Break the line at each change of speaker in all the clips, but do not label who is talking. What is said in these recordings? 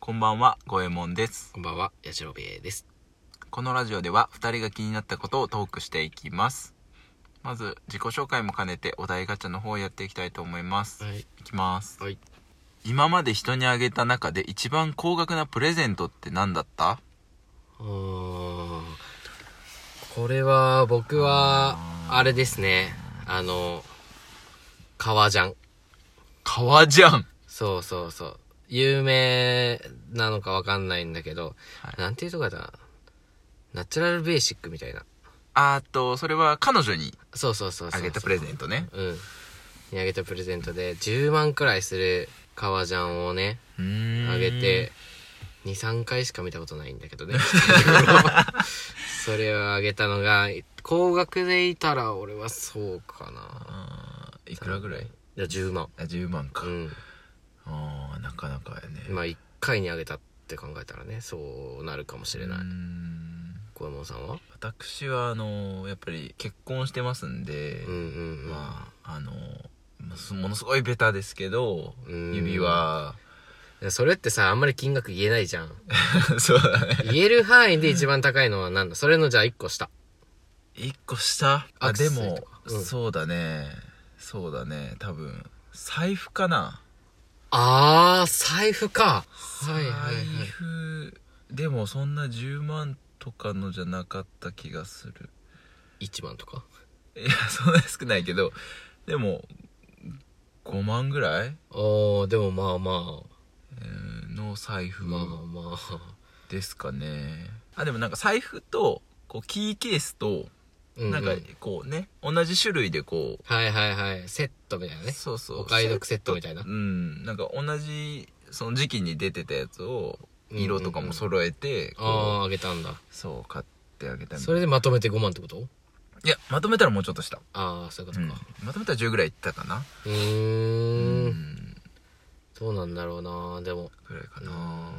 こんばんは、ごえもんです。
こんばんは、やしろべえです。
このラジオでは2人が気になったことをトークしていきます。まず、自己紹介も兼ねてお題ガチャの方をやっていきたいと思います。
はい。
いきます。
はい。
今まで人にあげた中で一番高額なプレゼントって何だった
うーん。これは、僕は、あれですね。あの、革ジャン。
革ジャン
そうそうそう。有名なのかわかんないんだけど、
はい
なんていうとこだったかな。ナチュラルベーシックみたいな。
あーっと、それは彼女に
そうそうそうそう
あげたプレゼントね。
うん。にあげたプレゼントで、10万くらいする革ジャンをね、
うーん
あげて。23回しか見たことないんだけど ねそれをあげたのが高額でいたら俺はそうかな
あーいくらぐらい
いや10万
あ、10万か。
うん
ああ、なかなかやね。
まあ1回にあげたって考えたらねそうなるかもしれないう
ーん
小右衛門さんは
私はあのやっぱり結婚してますんで、
うんうんうん、
まああのまあすものすごいベタですけど
うん
指輪
いやそれってさあんまり金額言えないじゃん
そうだね
言える範囲で一番高いのは何だそれのじゃあ1個下
一個下あ
アクセ
で
サリー
も
とか、うん
そうだねそうだね多分財布かな
あー財布かはいはいはい
財布でもそんな10万とかのじゃなかった気がする
1万とか
いやそんな少ないけどでも5万ぐらい
おーでもまあま
うんの財
あ
布
まあまあ
ですかねあでもなんか財布とこうキーケースと
う
なんかこうね、同じ種類でこ
はいはいはい。セットみたいな
う、
ね。
そうそう
お買い得セットみたいな
う。んなんか同じその時期に出てたやつを
うんうんうん
色とかも揃えて、こう
ああ、あげたんだ。
そう買ってあげたみた
そ
い
れでまとめて5万ってこと
いやまとめたらもうちょっとした、
ああ、そういうこ
う
と
ん
か。
まとめたら10ぐらいいったかな
う
う
ーん。
ん
どうなんだろうなでも。
ぐらいか
う
な、
ん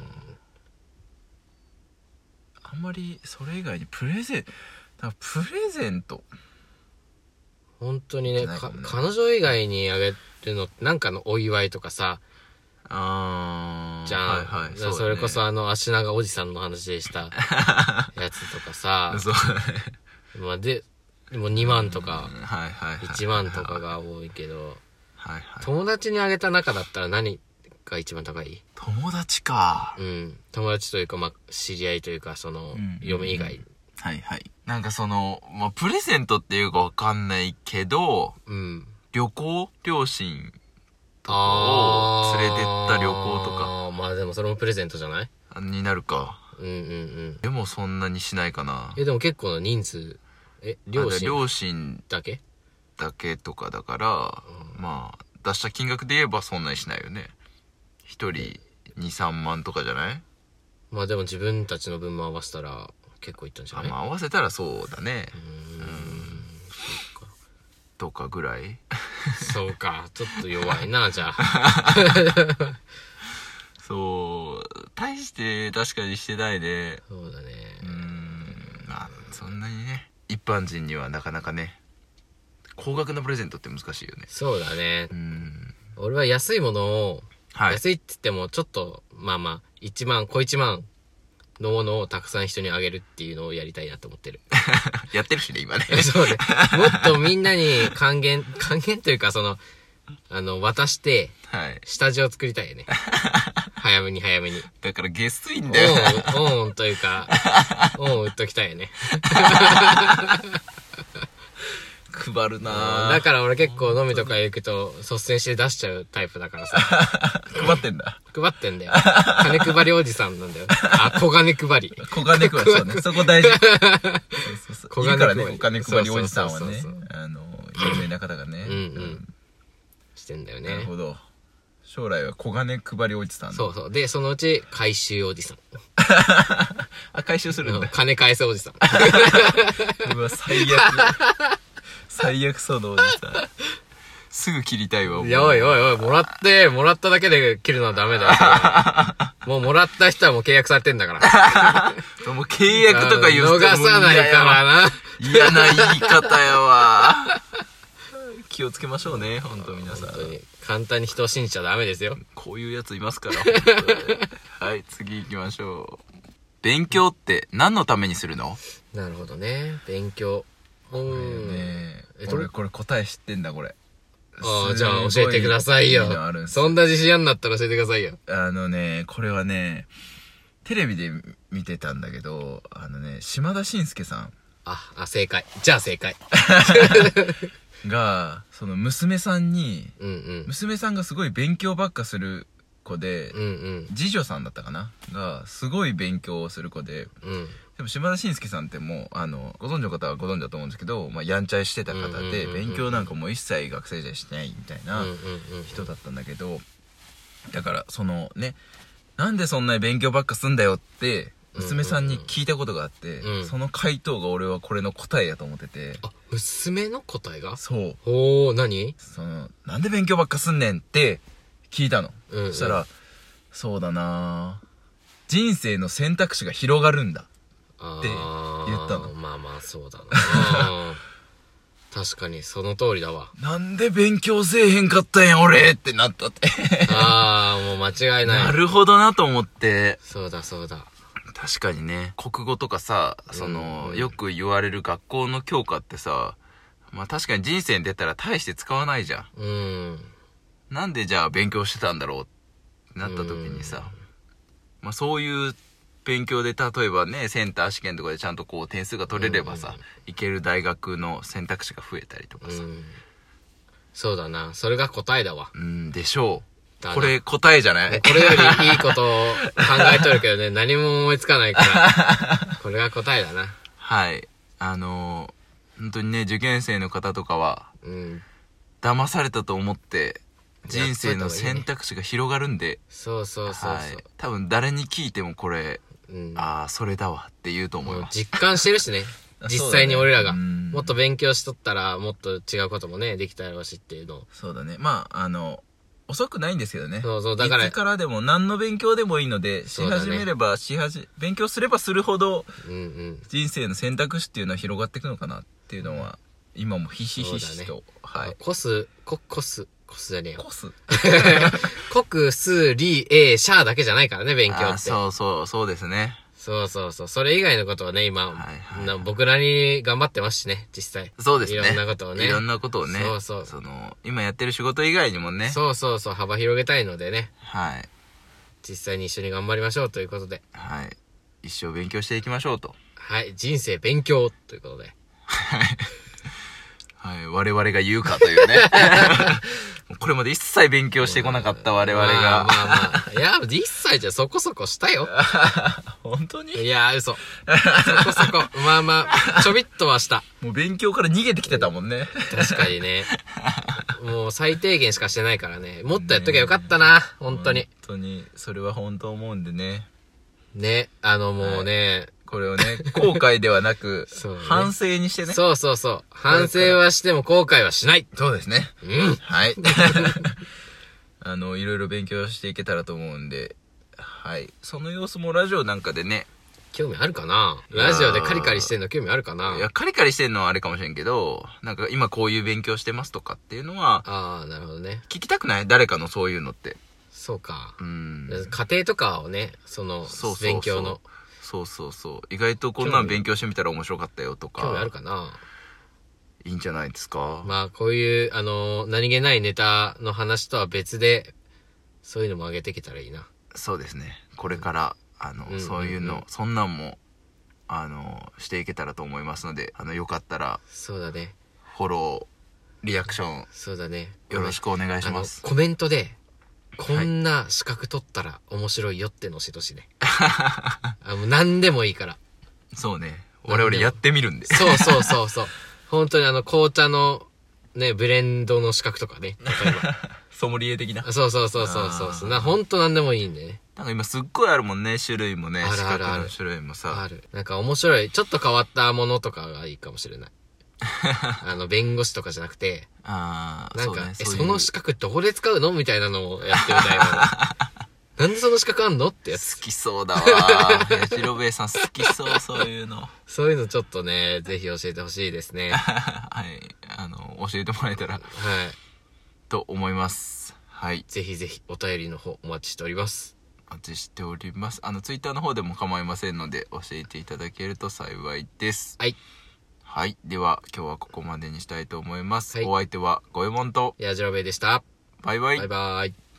あんまりそれ以外にプレゼンなんかプレゼント
本当にね、
じゃないか
か
もね
彼女以外にあげるのってなんかのお祝いとかさ、
あー
じゃん。
はいはい
だから
うだ
そ
ね
れこそあの、足長おじさんの話 でしたやつとかさ、
そうだね
まあで、でも2万とか、
うんはいはいはい
1万とかが多いけど、
はいはい
友達にあげた中だったら何が一番高い
友達か
うん、友達というか、まあ、知り合いというか、その、
うん
嫁以外。
はいはいなんかその、まあ、プレゼントっていうかわかんないけど
うん。
旅行両親とか
あ
を
ー
連れてった旅行とか。
まあでもそれもプレゼントじゃない
あになるか
うんうんうん。
でもそんなにしないかな
え、でも結構な人数、え、両
あじゃあ
親
両親
だけ
だけとかだから、まあ出した金額で言えばそんなにしないよね一人23万とかじゃない
まあでも自分たちの分も合わせたら結構いったんじゃ
あ
ない
まあ合わせたらそうだね
うーん。そっか
とかぐらい
そうか、ちょっと弱いな、じゃあ。
そう大して確かにしてないで
そうだね。
うーんまあそんなにね一般人にはなかなかね高額なプレゼントって難しいよね
そうだね
うー。ん
俺は安いものを、
はい
安いって言ってもちょっとまあまあ1万小1万のものをたくさん人にあげるっていうのをやりたいなと思ってる
やってるしね今 ね
そうねもっとみんなに還元還元というかそのあの渡して
はい
下地を作りたいよね早めに早めに
だからゲスいんだよ
オンオンというかオンを打っときたいよね
配るな
だ
あ
から俺結構飲みとか行くと率先して出しちゃうタイプだからさ
配ってんだ
配ってんだよ金配りおじさんなんだよあ小金配り
小金配りそう ねそこ大事そうそうそう
小
いる
金配り
からね小金配りおじさんは
そうそう
ね
そうそう
あの有名な方がね
うんうんしてんだよ
なる
ね
ほど将来は小金配りおじさん
そうそう。で、そのうち、回収おじさん。
あ回収するんだ
金返せおじさん。
うわ、最 悪。最悪そのおじさん。すぐ切りたいわ、もう
い やおいおいおい、もらって、もらっただけで切るのはダメだよ それは。もうもらった人はもう契約されてんだ から。
もう契約とか言う
逃さないか
ら。
らな。
嫌な言い方やわ。 気をつけましょうね、ほんと皆さん
本。当に、簡単に人を信じちゃダメですよ。
こういうやついますから、ほんとはい、次行きましょう。勉強って何のためにするの
なるほどね勉強う
これ
ん
ね
えどれ
俺これ答え知ってんだこれ
ああ
す
じゃ
ご
あ教えてくださいよ
いのあるんです
そんな自信嫌になったら教えてくださいよ
あのねこれはねテレビで見てたんだけどあのね島田紳介さ
ああ正解じゃあ正解
んがその娘さんに
うんうん
娘さんがすごい勉強ばっかする子で、
うんうん
次女さんだったかながすごい勉強をする子で
うん
でも島田紳介さんってもうあのご存知の方はご存知だと思うんですけど、まあ、やんちゃいしてた方で
うんうんうんうん
勉強なんかもう一切学生時代しないみたいな、
うんうんうん
人だったんだけどだからそのねなんでそんなに勉強ばっかすんだよって娘さんに聞いたことがあって、
うん
その回答が俺はこれの答えやと思ってて、
あ娘の答えが
そう
おお何
そのなんで勉強ばっかすんねんって聞いたの、
うん
そしたらそうだなあ人生の選択肢が広がるんだ
っ
言
て
ったの
まあまあそうだなうん確かにその通りだ わ
なんで勉強せえへんかったんや俺ってなったって
ああもう間違い ない
なるほどなと思って
そうだそうだ
確かにね国語とかさその、
うん
よく言われる学校の教科ってさまあ確かに人生に出たら大して使わないじゃん
うん
なんでじゃあ勉強してたんだろうってなった時にさ、まあ、そういう勉強で例えばねセンター試験とかでちゃんとこう点数が取れればさ、行ける大学の選択肢が増えたりとか
う
さ、
んそうだなそれが答えだわ
うんでしょ
だ
う
な
これ答えじゃない
これよりいいことを考えとるけ どね何も思いつかないからこれが答えだな
はいあのー本当にね受験生の方とかは
うん
騙されたと思って
や
人生の選択肢が広がるんで、
そうそうそうそう、
はい、多分誰に聞いてもこれ、
うん
ああそれだわって言うと思
も
いうます
実感してるし ね
あ
実際に俺ら
そ
が、
うだねうん
もっと勉強しとったらもっと違うこともねできたやろうしっていうのを
そうだねまああの遅くないんですけどね
そうそうだから
いつからでも何の勉強でもいいのでし
そうだね
始めれば、し始勉強すればするほど
うんうん
人生の選択肢っていうのは広がっていくのかなっていうのは、今もひしひしと、
そ
はい
コスココスコスじゃねえよ
コス
コクスリエシャーだけじゃないからね勉強って
あーそうそうそうですね
そうそうそう。それ以外のことはね、今、
はいはい
な僕らに頑張ってますしね、実際。
そうですね
いろんなことをね。
いろんなことをね
そうそう
その今やってる仕事以外にもね
そうそうそう、幅広げたいのでね、
はい
実際に一緒に頑張りましょうということで。
はい。一生勉強していきましょうと。
はい、人生勉強ということで。
はい。我々が言うかという ね。もうこれまで一切勉強してこなかった我々
ま
が。
あまあまあ。いや、一切じゃそこそこし たよ。
本当
い
に
や、嘘。そこそこ。まあまあ、ちょびっとはした。
もう勉強から逃げてきてたもんね。
確かにね。もう最低限しかしてないからね。もっとやっときゃよかったな、本当に
本。当に、それは本当思うんでね。
ね、あのもうね、
これをね、後悔ではなく、
そうね
反省にしてね。
そうそうそう。反省はしても後悔はしない。
そうですね。
うん。
はい。あの、いろいろ勉強していけたらと思うんで、はい。その様子もラジオなんかでね、
興味あるかない
やー
ラジオでカリカリしてんの興味あるかない
や、カリカリしてんのはあれかもしれんけど、なんか今こういう勉強してますとかっていうのは、
ああ、なるほどね。
聞きたくない誰かのそういうのって。
そうか
う。ん。
家庭とかをね、その
そうそう、そう
勉強の。
そうそうそう。意外とこんなん勉強してみたら面白かったよと
興味ある
か、
かない
いんじゃないですか。
まあ、こういう、あのー、何気ないネタの話とは別で、そういうのも上げてきたらいいな。
そうですね。これから、あの、
うん
そういう
うん
の、そんなんも、あの、していけたらと思いますので、あの、よかったら、
そうだね。
フォロー、リアクション、
そうだね。
よろしくお願いします
あ。のコメントで、こんな資格取ったら面白いよってのを教えてほし いね。あの何でもいいから。
そうね。我々やってみるんで。
そうそうそうそう。本当にあの、紅茶の、ね、ブレンドの資格とかね。例え
ソムリエ的な
ば。。そうそうそうそうそうそ
あー
う。な、本当なんでもいいんでね。
なんか今すっごいあるもんね、種類もね、
ある
資
あ
格
るある
の種類もさ。
ある。なんか面白い。ちょっと変わったものとかがいいかも しれない。あの、弁護士とかじゃなくて、
ああ、
なん
う
か、
ね
え、
ういう
その資格どこで使うのみたいなのをやってみたいな。 なんでその資格あんのってやつ。
好きそうだわ。八代兵衛さん好きそう、そういうの。
そういうのちょっとね、ぜひ教えてほしいですね。はい。
はい。あの、教えてもらえたらと思います。はい。
ぜひぜひお便りの方お待ちしております。
待ちしておりますあのツイッターの方でも構いませんので教えていただけると幸いです
はい
はいでは今日はここまでにしたいと思います、
はい
お相手は五右衛門と
矢印でした
バイバイ
バイバイ